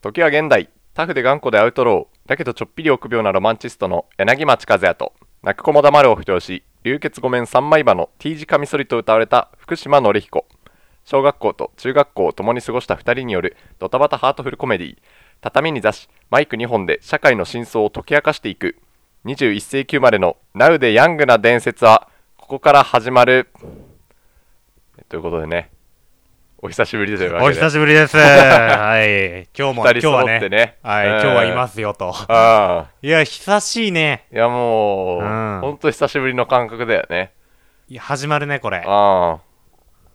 時は現代タフで頑固でアウトローだけどちょっぴり臆病なロマンチストの柳町和也と泣く子も黙るを布教し流血御免三枚刃の T 字カミソリと歌われた福島紀彦小学校と中学校を共に過ごした2人によるドタバタハートフルコメディ畳に座しマイク2本で社会の真相を解き明かしていく21世紀生まれの Now でヤングな伝説はここから始まるということでねお久しぶりですお久しぶ りです。はい。今日も、今二人日は揃ってね。ねはい、うん今日はいますよと。ああいや、久しいね。いやもう、うんほんと久しぶりの感覚だよね。いや始まるね、これ。ああ。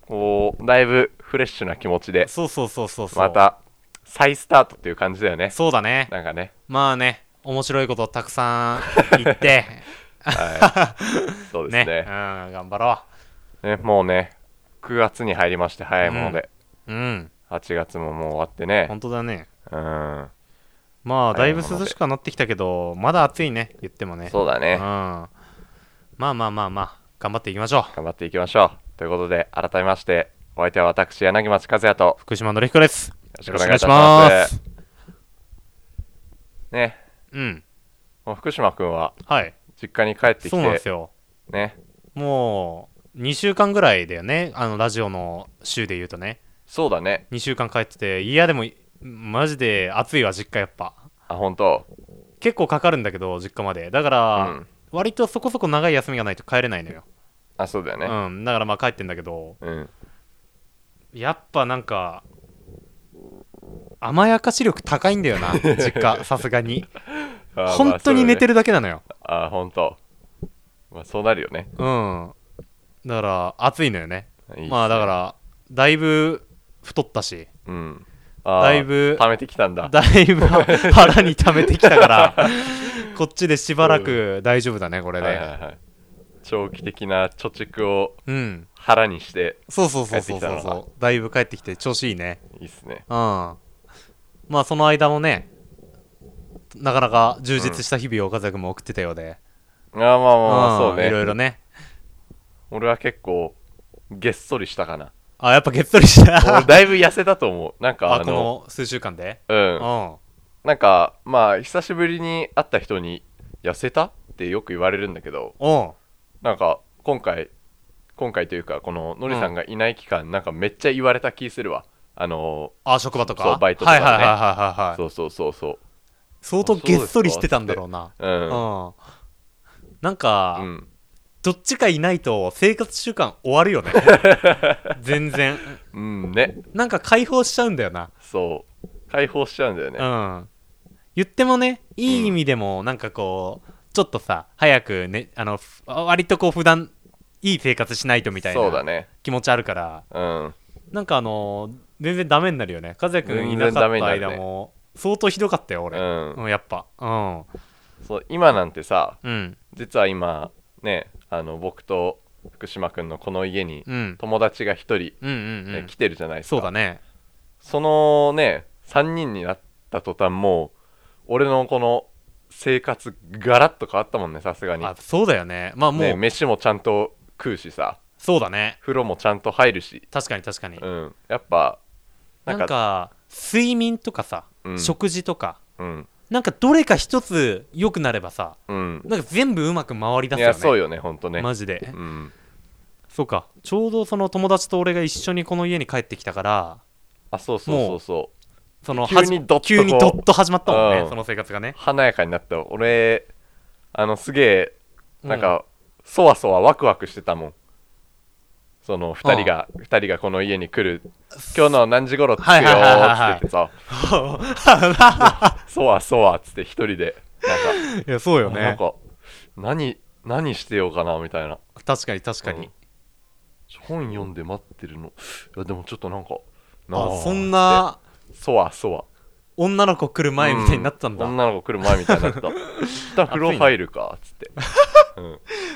こう、だいぶフレッシュな気持ちで、そうそうそうそうそう。ま。た再スタートっていう感じだよね。そうだね。なんかね。まあね、面白いことたくさ ん言って、はい。そうでねすねうん、頑張ろね。もうね、9月に入りまして早いもので、う。うん、 8月ももう終わってね。本当だね。うん。まあ、だいぶ早いもので涼しくはなってきたけど、まだ暑いね、言ってもね。そうだうねん。。まあまあまあまあ、頑張っていきましょう。頑張っていきましょう。ということで、改めまして、お相手は私、柳町和也と、福島のりひこです。よろしくお願いいたします。ね、うん。もう福島くんははい。実家に帰ってきそうなんですて、よ。ね、もう、2週間ぐらいだよね。あの、ラジオの週で言うとね。そうだね。 2週間帰ってて、いや、でも、マジで暑いわ、実家やっぱ。あ、本当。結構かかるんだけど、実家まで。だから、うん割とそこそこ長い休みがないと帰れないのよ。あ、そうだよね。うん。だからまあ帰ってんだけど、うん。やっぱなんか、甘やかし力高いんだ よな、実家、さすがに。あー本当に寝てる。るだけなのよ。あー、本当。まあ、そうなるよね。うん。だから、暑いのよね。いいっすねまあだか。ら、だいぶ太ったし。うん。あーだいぶ溜めてきたんだ。だいぶ腹に溜めてきたから、こっちでしばらく大丈夫だね、これはいはいで。はい。長期的な貯蓄をうん。腹にして、そうそうそ帰っうそうてそうきたのそう。だいぶ帰ってきて調子いいね。いいっすね。うん。まあその間もね、なかなか充実した日々を岡崎も送ってたようで。あーまあまあまあ、んそうね。いろいろね。俺は結構、げっそりしたか な。あ、やっぱげっそりした。俺、だいぶ痩せたと思う。なんか、あ、あこの、の数週間で。う。うんん。なんか、まあ、久しぶりに会った人に、痩せたってよく言われるんだけど、うん。なんか今回今回というかこののりさんがいない期間、なんかめっちゃ言われた気するわあのあ、職場とか。そうバイトとかねはいはいはいはいはいー、。そうそうそうそ相当げっそりしてたんだろうな。ううんうん。なんか、うんどっちかいないと生活習慣終わるよ ね。全然。うんねなんか解放しちゃうんだよな。そう解放しちゃうんだよねうん。言ってもね、いい意味でも、なんかこう、ちょっとさ、早くね、あの、ふ割とこう、普段いい生活しないとみたいそうだなね気持ちあるから、うんなんかあの、全然ダメになるよね。和也くんいな全然かダっメにたなるね間も、相当ひどかったよ、う俺。んうん、やっぱ。うん。そう今なんてさうん。実は今ねあの僕と福島くんのこの家にうん。友達が一人、うんうんうねん来。てるじゃないですかそうだね。そのね3人になった途端もう俺のこの生活ガラッと変わったもんねさすがにあ、そうだよね。まあもね、う、飯もちゃんと食うしさそうだね。風呂もちゃんと入るし、確かに確かにう。ん、やっぱななんかんか睡眠とかさ、うん食事とかうんなんかどれか一つ良くなればさうんなんか全部うまく回りだいすよやねそうよねほんとね、マジでうん、そうかちょうどその友達と俺が一緒にこの家に帰ってきたからあそうそうそうそうその急にはどじっとこう急にドッと始まったもんね、うんその生活がね華やかになった俺あのすげえなんうか、そわそわワクワクしてたもんその2人が二人がこの家に来る今日の何時頃着くよはいはいはいはいはいーっつっててさ そわそわっつって一人でなんかいやそうよなんねか何何してようかなみたいな確かに確かに、うん本読んで待ってるのいやでもちょっとなんかああそんなそわそわ女の子来る前みたいになったんだ、う女の子来る前みたいに なった一旦風呂入るかっつって、うん、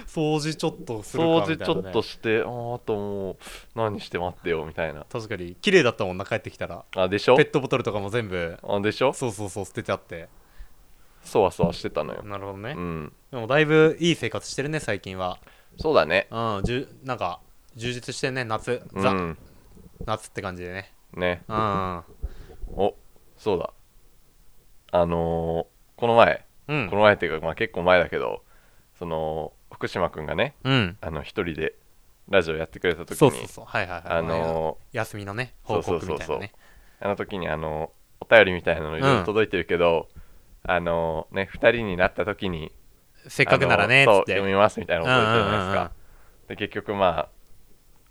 掃除ちょっとするか掃みたい除な、ね、ちょっとしてあーあともう何して待ってよみたいな確かに綺麗だったもんな帰ってきたらあでしょペットボトルとかも全部あでしょそうそうそう捨ててあってそわそわしてたのよなるほどね、うんでもだいぶいい生活してるね最近はそうだねうんじゅなんか充実してるね夏うザ、ん夏って感じでねねうんおそうだあのーこの前、うんこの前っていうか、まあ、結構前だけどその福島くんがねうんあの一人でラジオやってくれた時にそうそうそうはいはいはいあの休みのね報告みたいなねーあの時にあのお便りみたいなのいろいろ届いてるけど、あのーね2人になった時にせっかくならねあのっつそうって読みますみたいなこと言ってるじゃないですうんうんうんうんかで結局まあ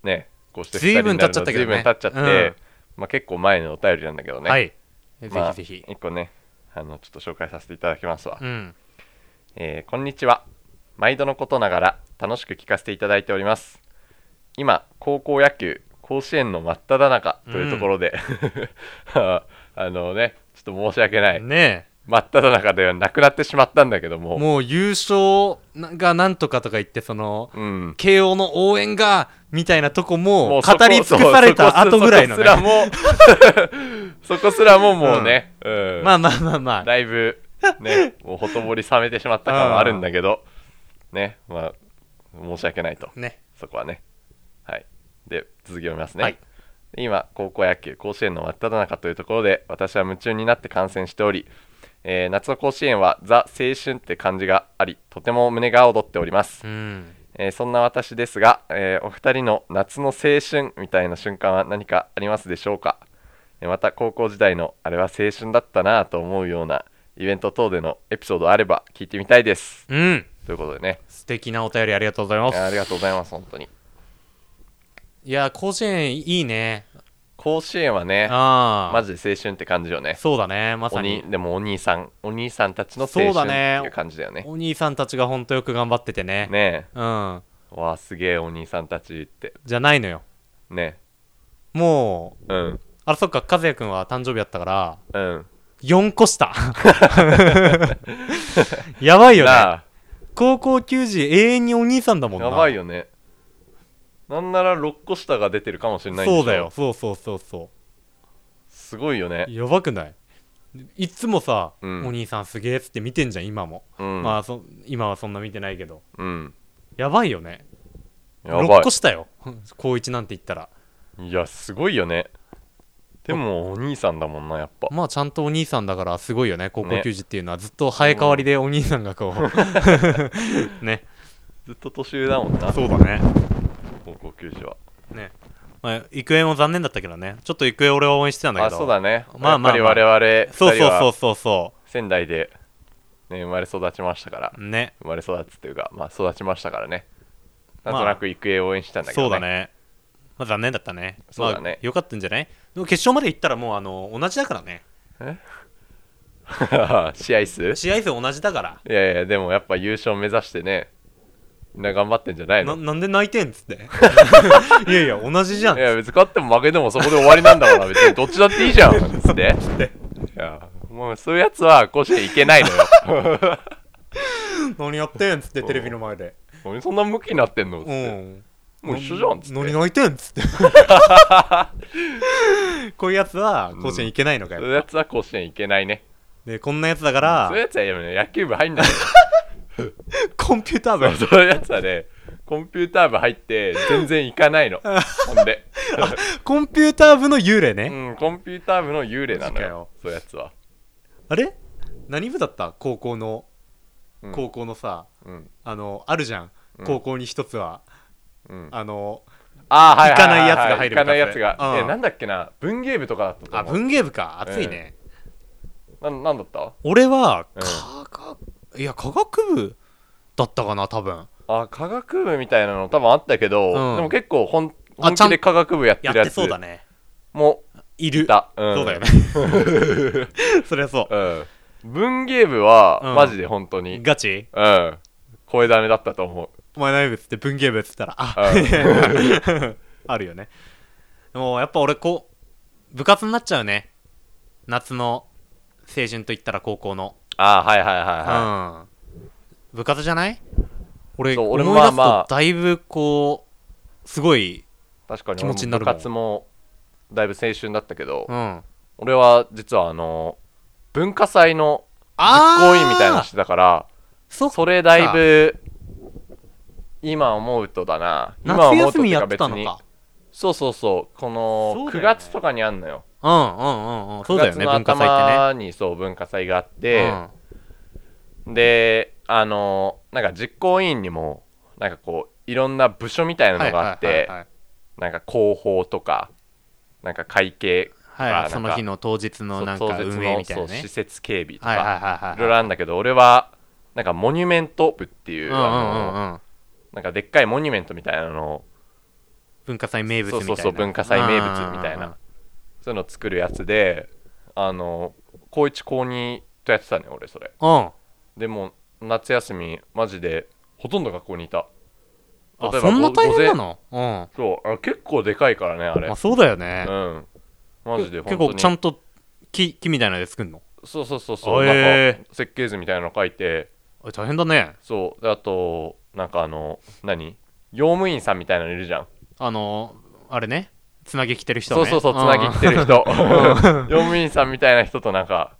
ねこうして随分経っちゃったけどね随分経っちゃって、うんまあ、結構前のお便りなんだけどね、はいぜまあ、ひぜひ1個ねあのちょっと紹介させていただきますわ、うんえーこんにちは毎度のことながら楽しく聞かせていただいております今高校野球甲子園の真っ只中というところで、 あのねちょっと申し訳ない、ね真っ只中ではなくなってしまったんだけどえももう優勝がなんとかとか言ってそのうん慶応の応援がみたいなとこももうそこ語り尽くされた後ぐらいのねそう そこそこそこすらもそこすらももうね、うんまあまあまあまあだいぶねもうほとぼり冷めてしまった感はあるんだけどねまあ申し訳ないとねそこはねはいで続き読みますね、はい今高校野球甲子園の真っ只中というところで私は夢中になって観戦しており、えー夏の甲子園は「ザ・青春」って感じがありとても胸が躍っておりますうんえーそんな私ですが、えーお二人の夏の青春みたいな瞬間は何かありますでしょうか、えーまた高校時代のあれは青春だったなぁと思うようなイベント等でのエピソードあれば聞いてみたいですうんということでね素敵なお便りありがとうございまいやありすがとうございます本当にいや甲子園いいね甲子園はねああマジで青春って感じよねそうだねまさおににでもお兄さんお兄さんたちの青そう春だってねいう感じだよねお兄さんたちがほんとよく頑張っててねねうんえわあすげえお兄さんたちってじゃないのよねもううんあそっか和也くんは誕生日やったからうん4個下 やばいよなねあ高校球児永遠にお兄さんだもんなやばいよよねなんなら6個下が出てるかもしれないんでしょそうだよそうそうそうそすごいようねやばくないいつもさ、うんお兄さんすげえっつって見てんじゃん今も、うん、まあそ今はそんな見てないけどうんやばいよねやば6個下よ 高1なんて言ったらいいやすごいよねでもお兄さんだもんなやっぱまあちゃんとお兄さんだからすごいよね高校ね球児っていうのはずっと生え変わりでお兄さんがこう ねずっと年上だもんなそうだね高校球児はねまあ育英も残念だったけどねちょっと育英俺は応援してたんだけあどそうだねまあまあまあやっぱり我々そう二人そうはそうそうそ仙台で、ね、生まれ育ちましたからうね生まれ育つっていうかまあ育ちましたからねなまあんとなく育英を応援してたんだけど、そねうだねまあ残念だったねそうだねまあ、よかったんじゃないでも決勝まで行ったらもうあの同じだからねだね 試合数い試合数同じだからやいやでもやっぱ優勝目指してねみんな頑張ってんじゃないのななんで泣いてんっつって いやいや同じじゃんいや別に勝っても負けてもそこで終わりなんだ から別にどっちだっていいじゃんつっていやもうそういうやつは甲子園いけないの よ何やってんっつってテレビの前で俺そんな向きになってんのつっうてんもう一緒じゃんつっ何て泣いてんっつって こういうやつは甲子園行けないのかよ、そういうやつは甲子園いけないねでこんなやつだからそういうやつはやめろ野球部入 んないコンピューター部のそういうやつはねコンピューター部入って全然いかない のほんでコンピューター部の幽霊ね、うんコンピューター部の幽霊なのマジよかよそういうやつはあれ何部だった高校の、うん高校のさうんあのあるじゃん、ん高校に一つはうんあのあーは行かないやつが入る行かないやつ部活がうんえなんだっけな文芸部とかだったと思うあ文芸部か熱いね、ななんだった俺はうん科学、いや科学部だったかな多分あ科学部みたいなの多分あったけど、うんでも結構本あ本ちゃ気んで科学部やってやっるやてつそうだねもいるいた、うん、そうだよね そりゃそううん、文芸部は、うんマジで本当にガチうん声だめだったと思お前何部っつって文芸部っつったらあう、うん、 あるよねでもやっぱ俺こう部活になっちゃうね夏の青春といったら高校の、あはいはいはうん部活じゃない俺そう俺も思い出すまあまあとだいぶこうすごいい確かに気持ちになる部もん活もだいぶ青春だったけど、うん俺は実はあの文化祭のあ行員みたいなのしてたからそそれだいぶ今思うとだな今夏思う休とみてやかって別たのにかそうそうそうこのそうだよね9月とかにあんのよあうんうんうんうんそうだよね9月文化の祭っ頭にそう文化祭があってて、ねであのなんか実行委員にもなんかこういろんな部署みたいなのがあって、なんか広報とかなんか会計はいまあはいその日の当日のなんそうか当日運営のみたいなそうね施設警備とか、はいいはいはいはいろいろあるんだけど俺はなんかモニュメント部っていう、うんあうんうのんうんなんかでっかいモニュメントみたいなのを文化祭名物みそたいうなそうそう文化祭名物みたいうんうんうんなそういうのを作るやつであの高一高二とやってたね俺それうんでも夏休みマジでほとんど学校にいたあ例えばそんなご大変なのうんそうあ結構でかいからねあれあそうだよねうんマジで結本当構ちゃにんと木木みたいなので作るのそうそうそうそうあなんへか設計図みたいなの書いてあ大変だねそうであとなんかあの何用務員さんみたいなのいるじゃんあのあれねつなぎ着てる人ねそうそうそうつなぎきてるる 人用務員さんみたいな人となんか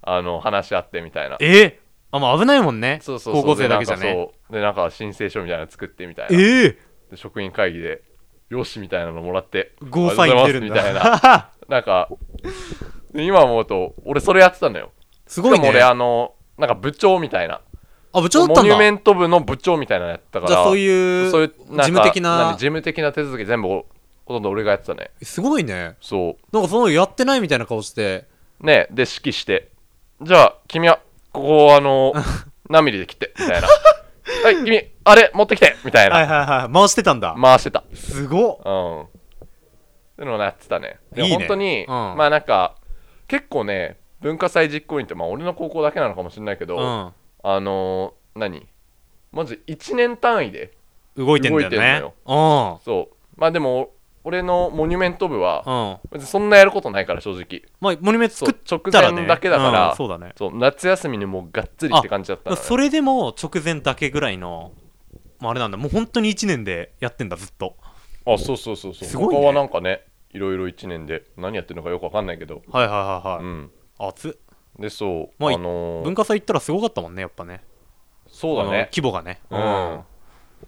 あの話し合ってみたいなえーあまあ危ないもんねそうそうそう高校生だけじゃでなんねかそうでなんか申請書みたいなの作ってみたいえなでー職員会議で用紙みたいなのもらってゴーサイン出るんありがとうございますみたいなだなんか今思うと俺それやってたのよすでごいもね俺あのなんか部長みたいなあ部長だったんモニュメだント部の部長みたいなのやってたからじゃあそういうそういう事務的なんかな事務的な手続き全部ほとんど俺がやってたねすごいねそなんかそのやってないみたいな顔してうねで指揮してじゃあ君はここをあ の何ミリで切ってみたいなはい君あれ持ってきてみたいな、はいはいはい回してたんだ回してたすごっうんっていうのをやってたねでいいね本当に、んまあなんか結構ね文化祭実行委員ってまあ俺の高校だけなのかもしれないけど、うんあのー何まず1年単位で動いてんだよ動いてんねのようんそうまあでも俺のモニュメント部はうん別にそんなやることないから正直まあモニュメントそう直作ったら前ねだけだから、うんそうだねそう夏休みにもうがっつりって感じだったのねそれでも直前だけぐらいの、まあ、あれなんだもう本当に1年でやってんだずっとあそうそうそうそうすごいね他はなんかねいろいろ1年で何やってるのかよくわかんないけどはいはいはういはい、んあつでそう、まああのー文化祭行ったらすごかったもんねやっぱねそうだあのね規模がねうん、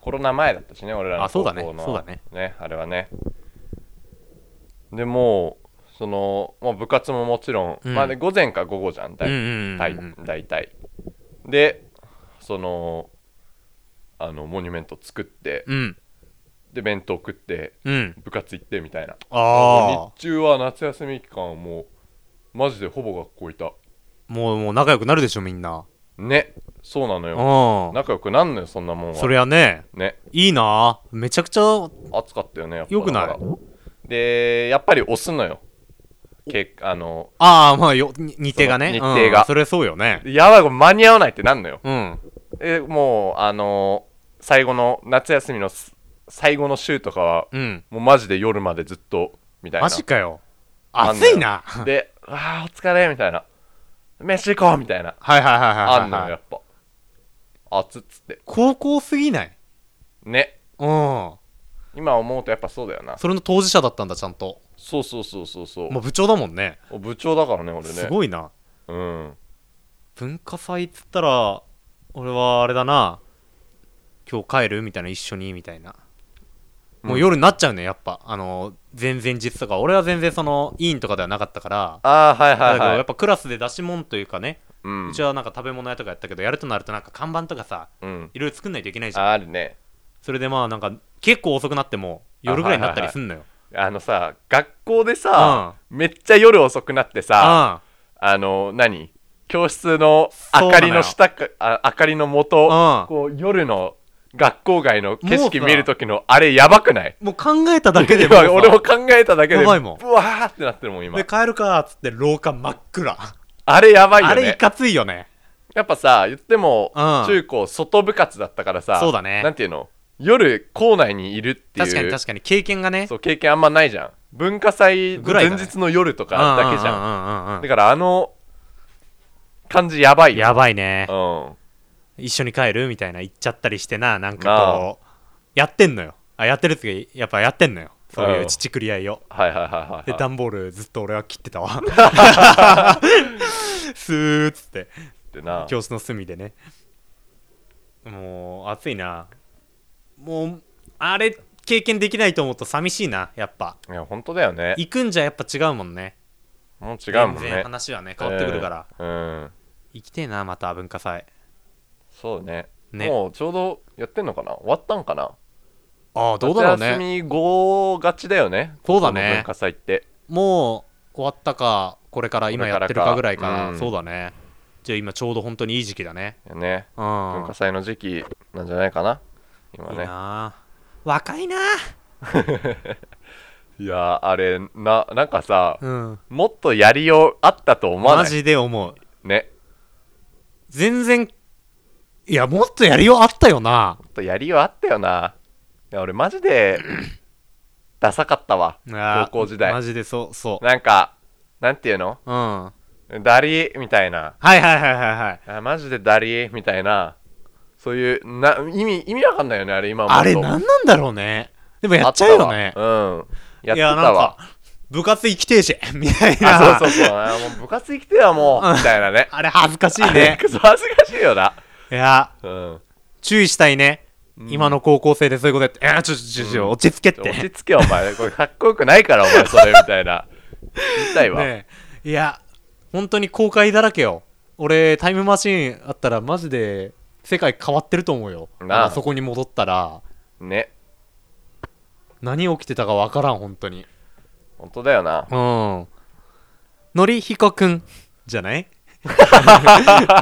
コロナ前だったしね俺らのあそう高だね校のそうだねあれはねでもうその、まあ、部活ももちろん、うんまあ、で午前か午後じゃんう大んうんうん大大体でそのあのモニュメント作って、うんで弁当食ってうん部活行ってみたいなああ日中は夏休み期間はもうマジでほぼ学校いたもうもう仲良くなるでしょみんなねそうなのうよん仲良くなんのよそんなもんはそりゃねねいいなめちゃくちゃ暑かったよねやっぱ良くないだからでやっぱり押すのよけあのああまあよに日程がねその日程がうんそれそうよねやばいこれ間に合わないってなんのようんえもうあの最後の夏休みのす最後の週とかはうんもうマジで夜までずっとみたいなマジかよあん暑のよいなで「あーお疲れ」みたいな「飯行こう」みたいなはいはいはいはいあはいんのよやっぱ暑っつって高校すぎないねうん今思うとやっぱそうだよなそれの当事者だったんだちゃんとそうそうそうそうそうまあ部長だもんねお部長だからね俺ねすごいなうん文化祭っつったら俺はあれだな今日帰るみたいな一緒にみたいなもう夜になっちゃうねやっぱあの前々日とか俺は全然その委員とかではなかったからああはいだはいけどはやっいぱクラスで出し物というかねうんうちはなんか食べ物屋とかやったけどやるとなるとなんか看板とかさうんいろいろ作んないといけないじゃんああるねそれでまあなんか結構遅くなっても夜ぐらいになったりすんのよあのさ学校でさめっちゃ夜遅くなってさああの何教室のそ明うなのよかりの下かあ明かりのもとうんこう夜の学校外の景も色うさ見るときのあれやばくないもう考えただけで 今うさ俺も考えただけでやばいもんブワーってなってるもん今で帰るかーっつって廊下真っ暗、あれやばいよあれいねかついよねやっぱさ言ってもうん中高外部活だったからさそうだねなんていうの夜校内にいるっていう確かに確かに経験がねそう経験あんまないじゃん文化祭のぐらいだ前ね日の夜とうかだけじゃんゃんだからあの感じやばいよやばいねうん一緒に帰るみたいな言っちゃったりしてななんかこうやってんのよあやってるっつうかやっぱやってんのよそういううん乳くり合いをはいはいはいではいは段ボールずっと俺は切ってた わスーッつっていってな教室の隅でねもう暑いなもうあれ経験できないと思うと寂しいなやっぱいや本当だよね行くんじゃやっぱ違うもんねもう違うもん全然ね話はね変わってくるから、うん、うん行きてえなまた文化祭そうねねもうちょうどやってんのかな終わったんかなああどうだろう夏休みね後がちだよねそうだねこの文化祭ってもう終わったかこれから今やってるかぐらいかなうんそうだねじゃあ今ちょうど本当にいい時期だねねうん文化祭の時期なんじゃないかな今いいねなあ若いないやーあれななんかさあうんもっとやりようあったと思わマないジで思うね全然いやもっとやりようあったよなもっとやりようあったよないや俺マジ でダサかったわああ高校時代マジでそうそうなんかなんていうのうんはダリーみたいないはいはいはいはいあマジでダリーみたいなそういうな意味意味わかんないよねあれ今もあれ何なんだろうねでもやっちゃうよねうんやっいてたやなんわか部活生きてえし みたいなあそうそうそうあもう部活生きてよもうみたいなねあれ恥ずかしいあれねクソ恥ずかしいよないやうん注意したいね、今の高校生でそういうことやって「いやちょちょちょちょ落ち着け」っ落ちて着けよお前これかっこよくないからお前それみたいな言いたいわ、ねえいや本当に後悔だらけよ俺タイムマシーンあったらマジで世界変わってると思うよなああそこに戻ったらね何起きてたかわからん本当に本当だよなうんのりひこくんじゃない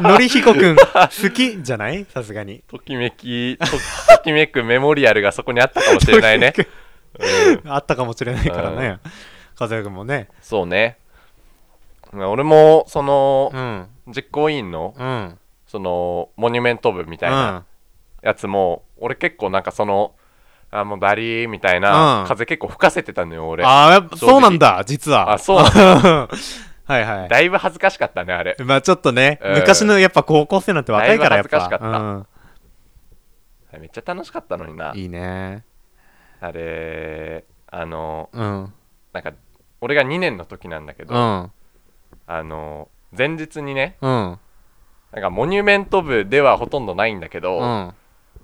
のりひこくん好きじゃないさすがにときめきと ときめくメモリアルがそこにあったかもしれない ねあったかもしれないからね和也君もねそうね俺もそのうん実行委員のうんそのモニュメント部みたいなやつも俺結構なんかそのあもうダリーみたいなうん風結構吹かせてたのよ俺ああ、やっぱ正直そうなんだ、実は。 あそうなんはいはい。だいぶ恥ずかしかったねあれ まあちょっとね、うん昔のやっぱ高校生なんて若いからやっぱ。だいぶ恥ずかしめっちゃ楽しかったのになうんいいね。あれあのうん。うん。なんか俺が2年の時なんだけど、うん。あの前日にねうん。なんかモニュメント部ではほとんどないんだけど、うん。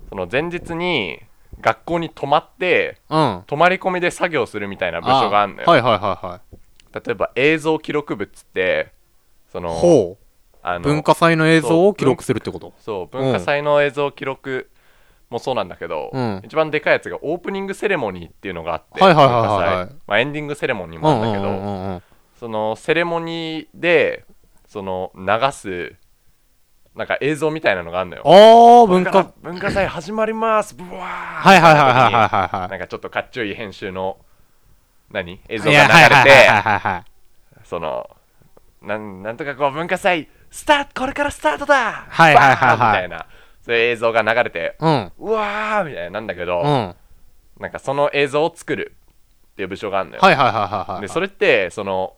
その前日に学校に泊まってうん。泊まり込みで作業するみたいな部署があるのよ、はいはいはいはい。例えば映像記録部っつってそのほう。あの文化祭の映像を記録するってことそううん文化祭の映像記録もそうなんだけど、うん一番でかいやつがオープニングセレモニーっていうのがあって、はいはいはいはいはい文化祭まあ、エンディングセレモニーうもんあるんうんうだけど、んうん。そのセレモニーでその流すなんか映像みたいなのがあるのよああ、文だから化。文化祭始まりますブワーははいはいはいはいはいはいなはんかちょっとかっちょいい編集の何映い。像が流やはいはいれはいてはいはい。そのなんなんとかこう文化祭スタートこれからスタートだはいはいはいはいバーンみたいなそういう映像が流れてうん。うわーみたいななんだけど、うん。はいなんかその映像を作るっていう部署があるのよ、はいはいはいはい。でそれってその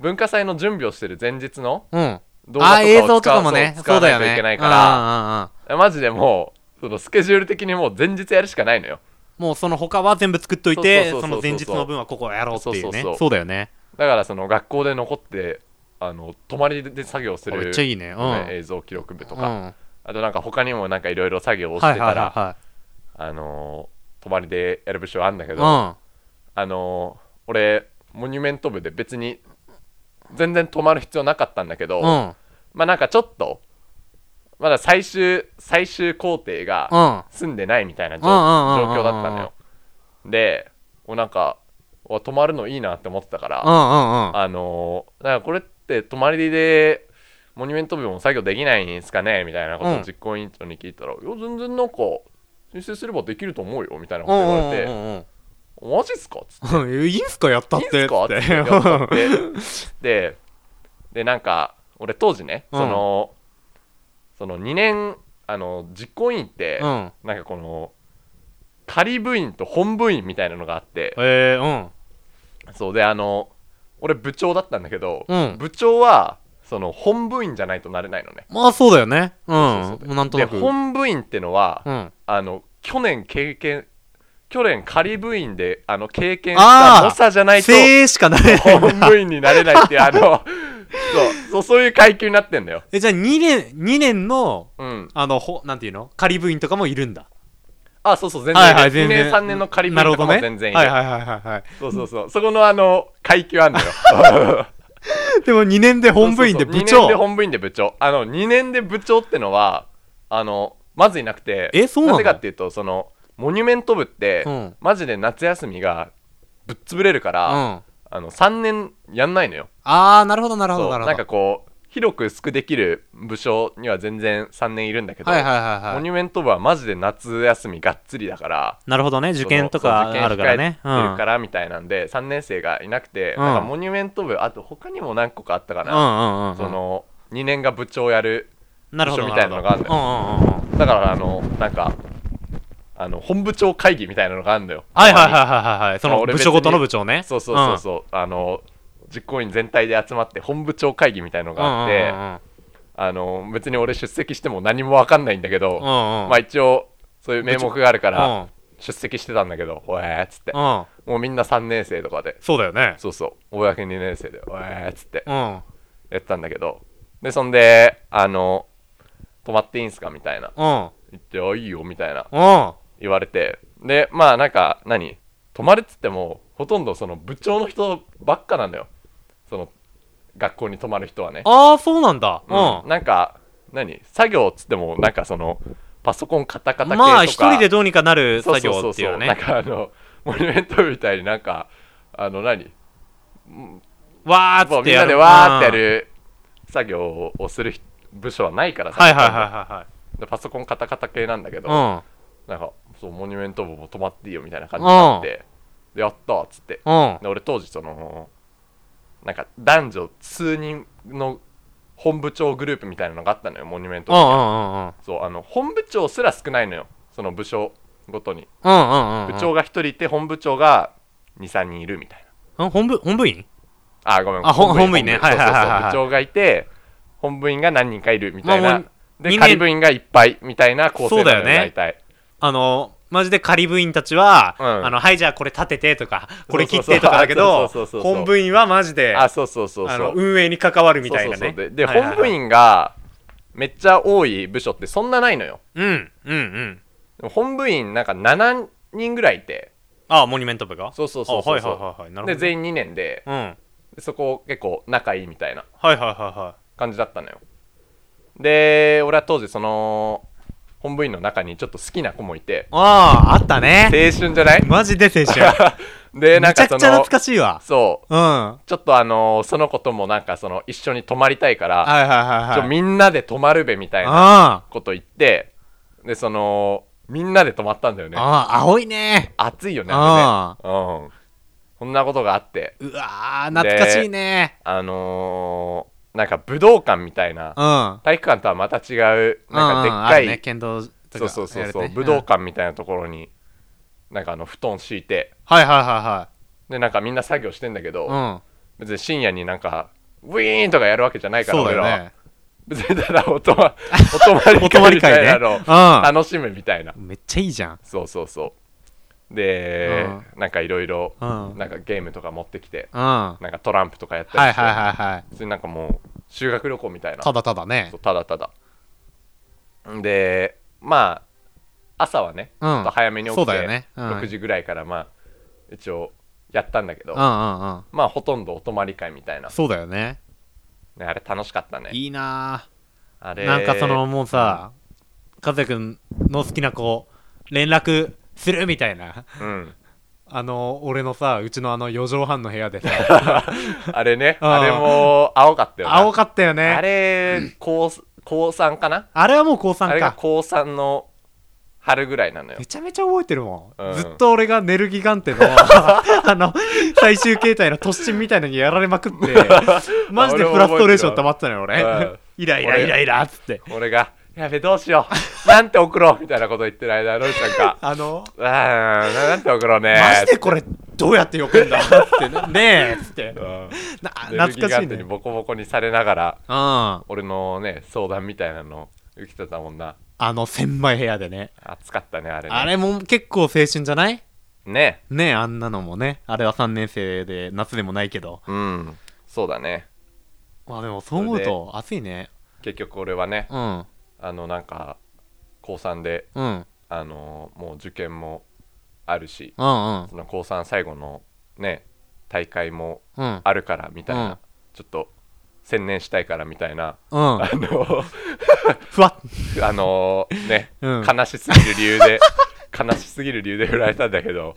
文化祭の準備をしてる前日のうん。動あ画とかを使あ、う映像とかもね。そうそうだ使わなよいね。といけないからうんうんうん。マジでもうそのスケジュール的にもう前日やるしかないのよもうその他は全部作っといてそうそそうのそうそうそう前日の分はここをやろうっていそううねそうそうそうだよねだからその学校で残ってあの泊まりで作業すあるめっちゃいいねうんね映像記録部とか、うん、はいあとなんか他にもなんかいろいろ作業をしはていたはいらはあのー泊まりでやる部署あるんだけいど、あのー俺モニュメント部で別に全然泊まる必要なかったんだけど、うんうんまあなんかちょっとまだ最終最終工程が、うん住んでないみたいな状うんうんうんうんうん状況だったのよでおなんかお泊まるのいいなって思ってたから、うんうんあのー、だからこれって泊まりでモニュメント部も作業できないんですかねみたいなことうをん実行委員長に聞いたら「いや全然なんか申請すればできると思うよ」みたいなこうとん言うわんれてう「んマジっすか?」っつってうんうんいいんすかやったっいいんてす か?」ってやったってででなんか俺当時ね、うんそのその2年あの実行委員って、うんなんかこの仮部員と本部員みたいなのがあってえー、そうであの俺部長だったんだけど、うん部長はその本部員じゃないとなれないのねうんまあそうだよねうんそうそうもうなんとでなく本部員ってのは、うんあの去年経験去年仮部員であの経験しあた猛ー者じゃないと精鋭しかなれない本部員になれないっていうあの そうそうそういう階級になってんだよえじゃあ2年二年のうんあのほなんていうの仮部員とかもいるんだあそうそう全然,、はいはい全2然年3年の仮部員とかも全然いるなるほどねはいはいはいはいはい そうそうそうそこのあの階級あんのよでも2年で本部員で部そうそうそう二年長で本部員で部長あの2年で部長ってのはあのまずいなくてえそうなのぜかっていうとそのモニュメント部って、うんマジで夏休みがぶっ潰れるから、うんあの3年やんないのよああなるほどなるほそどうなるほなどんかこう広く薄くできる部署には全然3年いるんだけど、はいはいはいモはいニュメント部はマジで夏休みがっつりだからなるほどね受験とかそうそうあるからね受験う控えてるんからみたいなんで、3年生がいなくて、うんなんかモニュメント部あと他にも何個かあったかうな、んうんうんその2年が部長やるなるほど部署みたいなのがあるんだうんうんうんうんだからあのなんかあの本部長会議みたいなのがあるんだよはいはいはいいはいはいはいそまあの俺部別長にごとの部長ねそうそうそうそう、あの実行委員全体で集まって本部長会議みたいなのうんうんがあって、あの別に俺出席しても何も分かんないんだけど、うんうんうんまあ一応そういう名目があるからうん出席してたんだけど「おえ」っつって、うんもうみんな3年生とかでそうだよねそうそう公2年生で「おえ」っつってうんやってたんだけどでそんであの「泊まっていいんすか?」みたいなうん言って「あいいよ」みたいなうん言われてでまあなんか何泊まるっつってもほとんどその部長の人ばっかなんだよその学校に泊まる人はねああそうなんだうんうん、なんか何作業っつってもなんかそのパソコンカタカタ系とかまあ一人でどうにかなる作業っていうなんねかあのモニュメントみたいになんかあの何わーっつもっうてみんなやるでわーってやる作業をする人部署はないからうんさ、はいはいはでパソコンカタカタ系なんだけいど、はなんかそうモニュメント部も泊まっていいよみたいな感じになって、でやったーっつっていうんうんで俺当時そのなんか男女数人の本部長グループみたいなのがあったのよモニュメント部うんうんうんうんそうあの本部長すら少ないのよその部署ごとにうんうんうんうん部長が1人いて本部長が23人いるみたいん本部本部員なあごめんあほん本本部員ね本部はいはいはいそはいうそうそう部長がいて本部員が何人かいるみたいまあなもで人間仮部員がいっぱいみたいな構成なそうのだよよね大体あのマジで仮部員たちは、うんあのはいじゃあこれ立ててとかこれ切っそうそうそうてとかだけそうどそうそうそう本部員はマジでああそうそうそうそうの運営に関わるみたいなそうそうねそうでではいはいはい本部員がめっちゃ多い部署ってそんなないのようんうんうんでも本部員なんか7人ぐらいいてあモニュメント部がそうそうそうそうあはいはいはいはいなるほどで全員2年でうんはいでそこ結構仲いいみたいなはいはいは感じだったのよで俺は当時その本部員の中にちょっと好きな子もいていあああった青ね春じゃないマジで選手 でなめんちゃかくちゃその懐かしいわそううんはちょっとあのーその子ともなんかその一緒に泊まりたいかいらはいはいちょはいみんなで泊まるべみたいなあこと言ってでそのみんなで泊まったんだよあねああ青いね暑いよねああれねうんそんなことがあってうわー懐かしいねあのーなんか武道館みたいなうんなん体育館とはまた違うなんかでっかい、ね、剣道とかそうそうそうやるそう、ね武道ん館みたいなところになんかあの布団敷いてはいはいはでなんかみんな作業してんだけど、いはい別に深夜になんかウィーンとかやるわけじゃないうんからそう俺だらよは、ね別にただおと まお泊まりお泊まりみた会いねなのをうん楽しむみたいなめっちゃいいじゃんそうそうそうで、なんかいろいろうんなんかゲームとか持ってきて、うんはなんかトランプとかやっいたはいりして、はいはい普通になんかもう修学旅行みたいなただただねそうただただでまあ朝はね、うんちょっと早めに起きてそうだよねうん6時ぐらいからまあ一応やったんだけど、うんうんうんまあほとんどお泊まり会みたいな、そうだよねね、あれ楽しかったねいいなあれぁなんかそのもうさ和也くんの好きな子連絡するみたいなうんあの俺のさうちのあの4畳半の部屋 でさあれねうんあれも青かったよね青かったよねあれ高高3かなあれはもう高あ3れがか高3の春ぐらいなのよめちゃめちゃ覚えてるもん、うんずっと俺がネルギガ ンテのあの最終形態の突進みたいのにやられまくって マジでフラストレーション溜まってたのよ俺、うん イライライライラっつって俺が「やべどうしようなんて送ろう」みたいなこと言ってる間のりちゃんがあ「のうーんなんて送ろうね」マジでこれどうやってよくんだって ねねえっつってうんな懐懐かかししいいねにねボコボコにされながらうんあ俺のね相談みたいなの受けてたもんなの狭い部屋でね暑かったねあれねあれも結構青春じゃないねねえあんなのもねあれは3年生で夏でもないけどうんそうだねまあでもそう思うと暑いね結局俺はねうんあのなんか高3でうんうんあのーもう受験もあるしうんその高3最後のね大会もうんあるからみたいなちょっと専念したいからみたいな、うんあのふわっあのね、うん悲しすぎる理由で悲しすぎる理由で振られたんだけど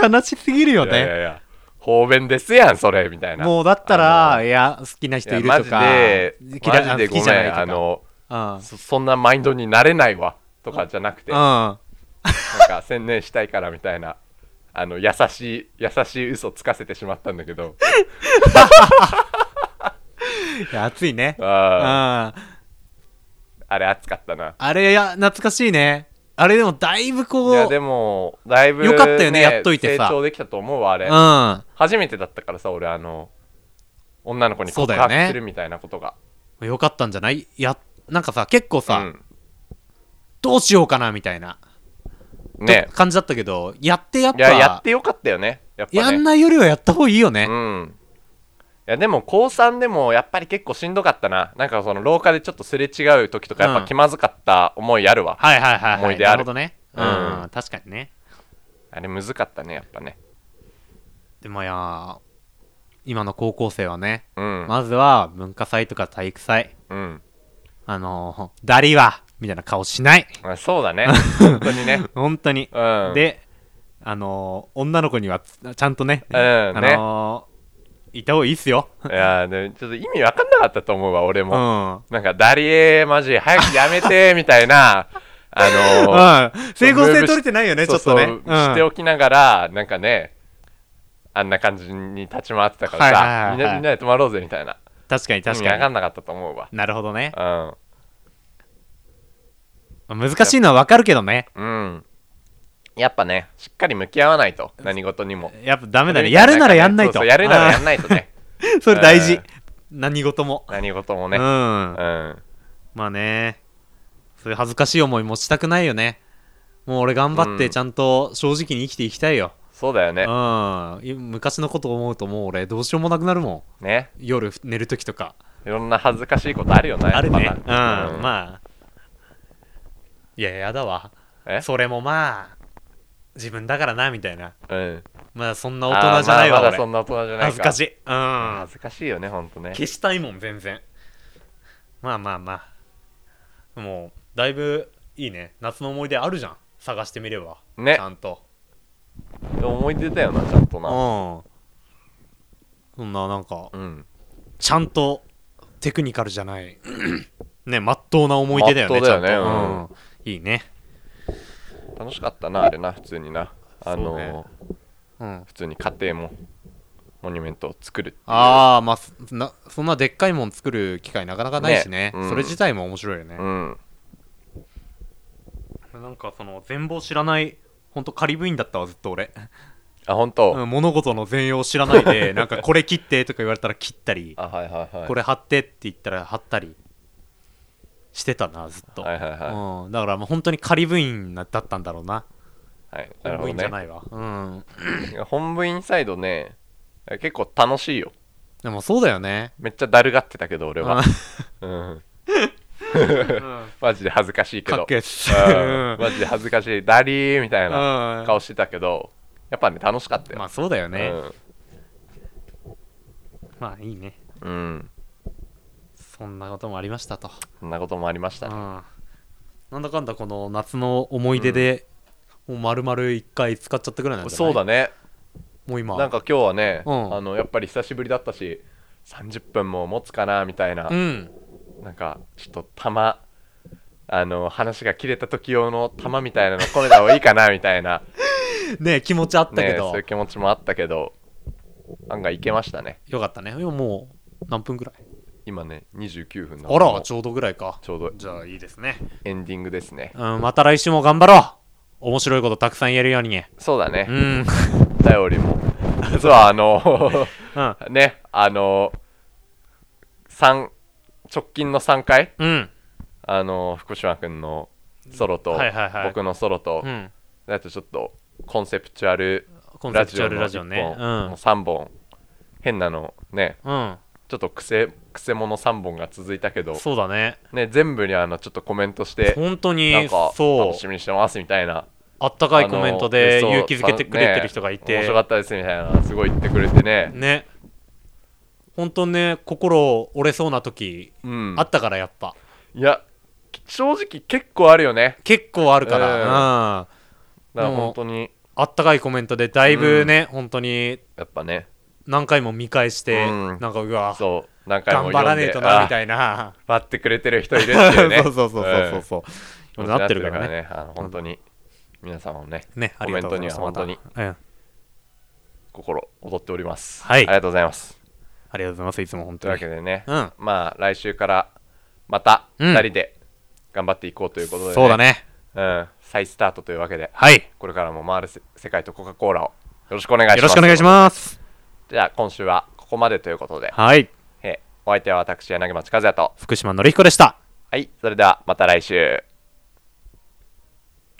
悲しすぎるよいやいねやいや方便ですやんそれみたいなもうだったあのらいや好きな人いるとかいやマジで嫌いマジで好ごきじゃなめいんあのとかそそんなマインドになれないわとかじゃなくてうなんんうんか専念したいからみたいなあの優しい優しい嘘つかせてしまったんだけどいや熱いねああーあれ熱かったなあれや懐かしいねあれでもだいぶこいうやでもだいぶ、よかったよねやっといてさ成長できたと思うわあれう初めてだったからさ俺あの女の子に告そう白だよねするみたいなことがんよかったんじゃないいやなんかさ結構さ、どうしようかなみたいなうん、ね感じだったけどやってやっいぱややってよかったよねやっぱねやんないよりはやった方がいいよね、うんいやでも高3でもやっぱり結構しんどかったななんかその廊下でちょっとすれ違う時とかやっうんぱ気まずかった思いあるわ、はいはいはい、はい、思い出あるなるほどねうん、うん確かにねあれむずかったねやっぱねでもいや今の高校生はね、うん、まずは文化祭とか体育祭うんあのー、ダリはみたいな顔しないあそうだ ね本当にね本当に、うんであのー、女の子にはつちゃんとね、うんあねのー、いた方がいいっすよいやでもちょっと意味わかんなかったと思うわ俺うも、んなんか「ダリエマジ早くやめて」みたいなあの ーうん、整合性取れてないよね、ちそょうっとね。そううんしておきながらなんかねあんな感じに立ち回ってたからさ、はいはいはいはいみんなみんなで泊まろうぜみたいな確かに確意味わかかんに。なかったと思うわなるほどね。うん難しいのはわかるけどね。うん。やっぱね、しっかり向き合わないと、何事にも。やっぱダメだね。やるならやんないと。そうそうやるならやんい。ないとね。それ大う事ん。何事も。何事もうね。ん。うん。まあね。そういう恥ずかしい思いもしたくないよね。もう俺頑張っうてんちゃんと正直に生きていきたいよ。そうだよね。うん。昔のこと思うともう俺どうしようもなくなるもね。ん。夜寝るときとか。いろんな恥ずかしいことあるよね。あるね。うん。やっぱなうんまあ。いや、やだわ。えそれもまあ自分だからなみたいなうん。まだそんな大人じゃないわあーまあま俺だそんな大人じゃないか。恥ずかしい。いうん恥ずかしいよね、ほんとね。消したいもん全然まあまあまあもうだいぶいいね夏の思い出あるじゃん探してみればねちゃんと思い出だよな、ちゃんとうんな。そんななんかうん。ちゃんとテクニカルじゃない ねまっとうな思い出だよね真っ当だよねちゃんと、うんいいね楽しかったな、あれな、普通にな。あそうねの、うん普通に家庭も、モニュメントを作るっていう。ああまあそなそんなでっかいもん作る機会なかなかないしねねうんそれ自体も面白いよね、うん。なんかその全貌知らないほんとカリブインだったわずっと俺、あ、ほんと。うん、物事の全容知らな いでなんかこれ切ってとか言われたら切ったりあ、はいはいはい。これ貼ってって言ったら貼ったりしてたなずっと、はいはいはうん、だからもう本当にカリブインだったんだろうなはい。なカるリほブイどンじゃね。ないわ、うん、いや本部インサイドね結構楽しいよでもそうだよねめっちゃだるがってたけど俺は、うん、マジで恥ずかしいけかどっけえっすうんマジで恥ずかしいダリーみたいなうん顔してたけどやっぱね楽しかったよ、まあそうだよね、まあいいねうん、うんそんなこともありましたと、そんなこともありましたうねんなんだかんだこの夏の思い出で、もう丸々1回使っちゃったぐらいなんじゃなそいうだねもう今なんか今日はね、うんあのやっぱり久しぶりだったし30分も持つかなみたいな、うんなんかちょっと玉あの話が切れた時用の玉みたいなの込めた方がいいかなみたい なね気持ちあったねけど、そういう気持ちもあったけど案外いけましたねよかったね今もう何分ぐらい今ね29分なあらちょうどぐらいかちょうどじゃあいいですね、エンディングですねうん、また来週も頑張ろう面白いことたくさん言えるようにねそうだうねん 頼りも 実はあのうんねあの三直近の3回うんあの福島君のソロと、はいはいはい僕のソロと、うんあとちょっとコンセプチュアルコンセラプジチュアオルのラジオね1う本、ん3本変なのねうんちょっと癖癖もの3本が続いたけど、そうだねね、全部にあのちょっとコメントして本当なにんかそ楽しうみにしてますみたいなあったかいコメントであの勇気づけてくれてる人がいねて面白かったですみたいなすごい言ってくれてねね本当ね心折れそうな時、うんあったからやっぱいや正直結構あるよね結構あるから、うんだからでも本当にあったかいコメントでだいぶね、本当にやっぱね何回も見返して、うんなんかうわそう何回も頑読ん張でらねえとなみいたいなな待ってくれてる人いるっていうね そうそうそうそうそうそう、うんなってるからねあの本当に皆様もねねありがとうございますコメントにはまたうん、心躍っておりますはいありがとうございますありがとうございますいつも本と当いうにわけでねうんまあ来週からまたうん2人で頑張っていこうということでねそうだねうん再スタートというわけではいこれからも回るせ世界とコカ・コーラをよろしくお願いしますよろしくお願いしますじゃあ今週はここまでということで、はいえーお相手は私柳町和也と福島のりひこでしたはいそれではまた来週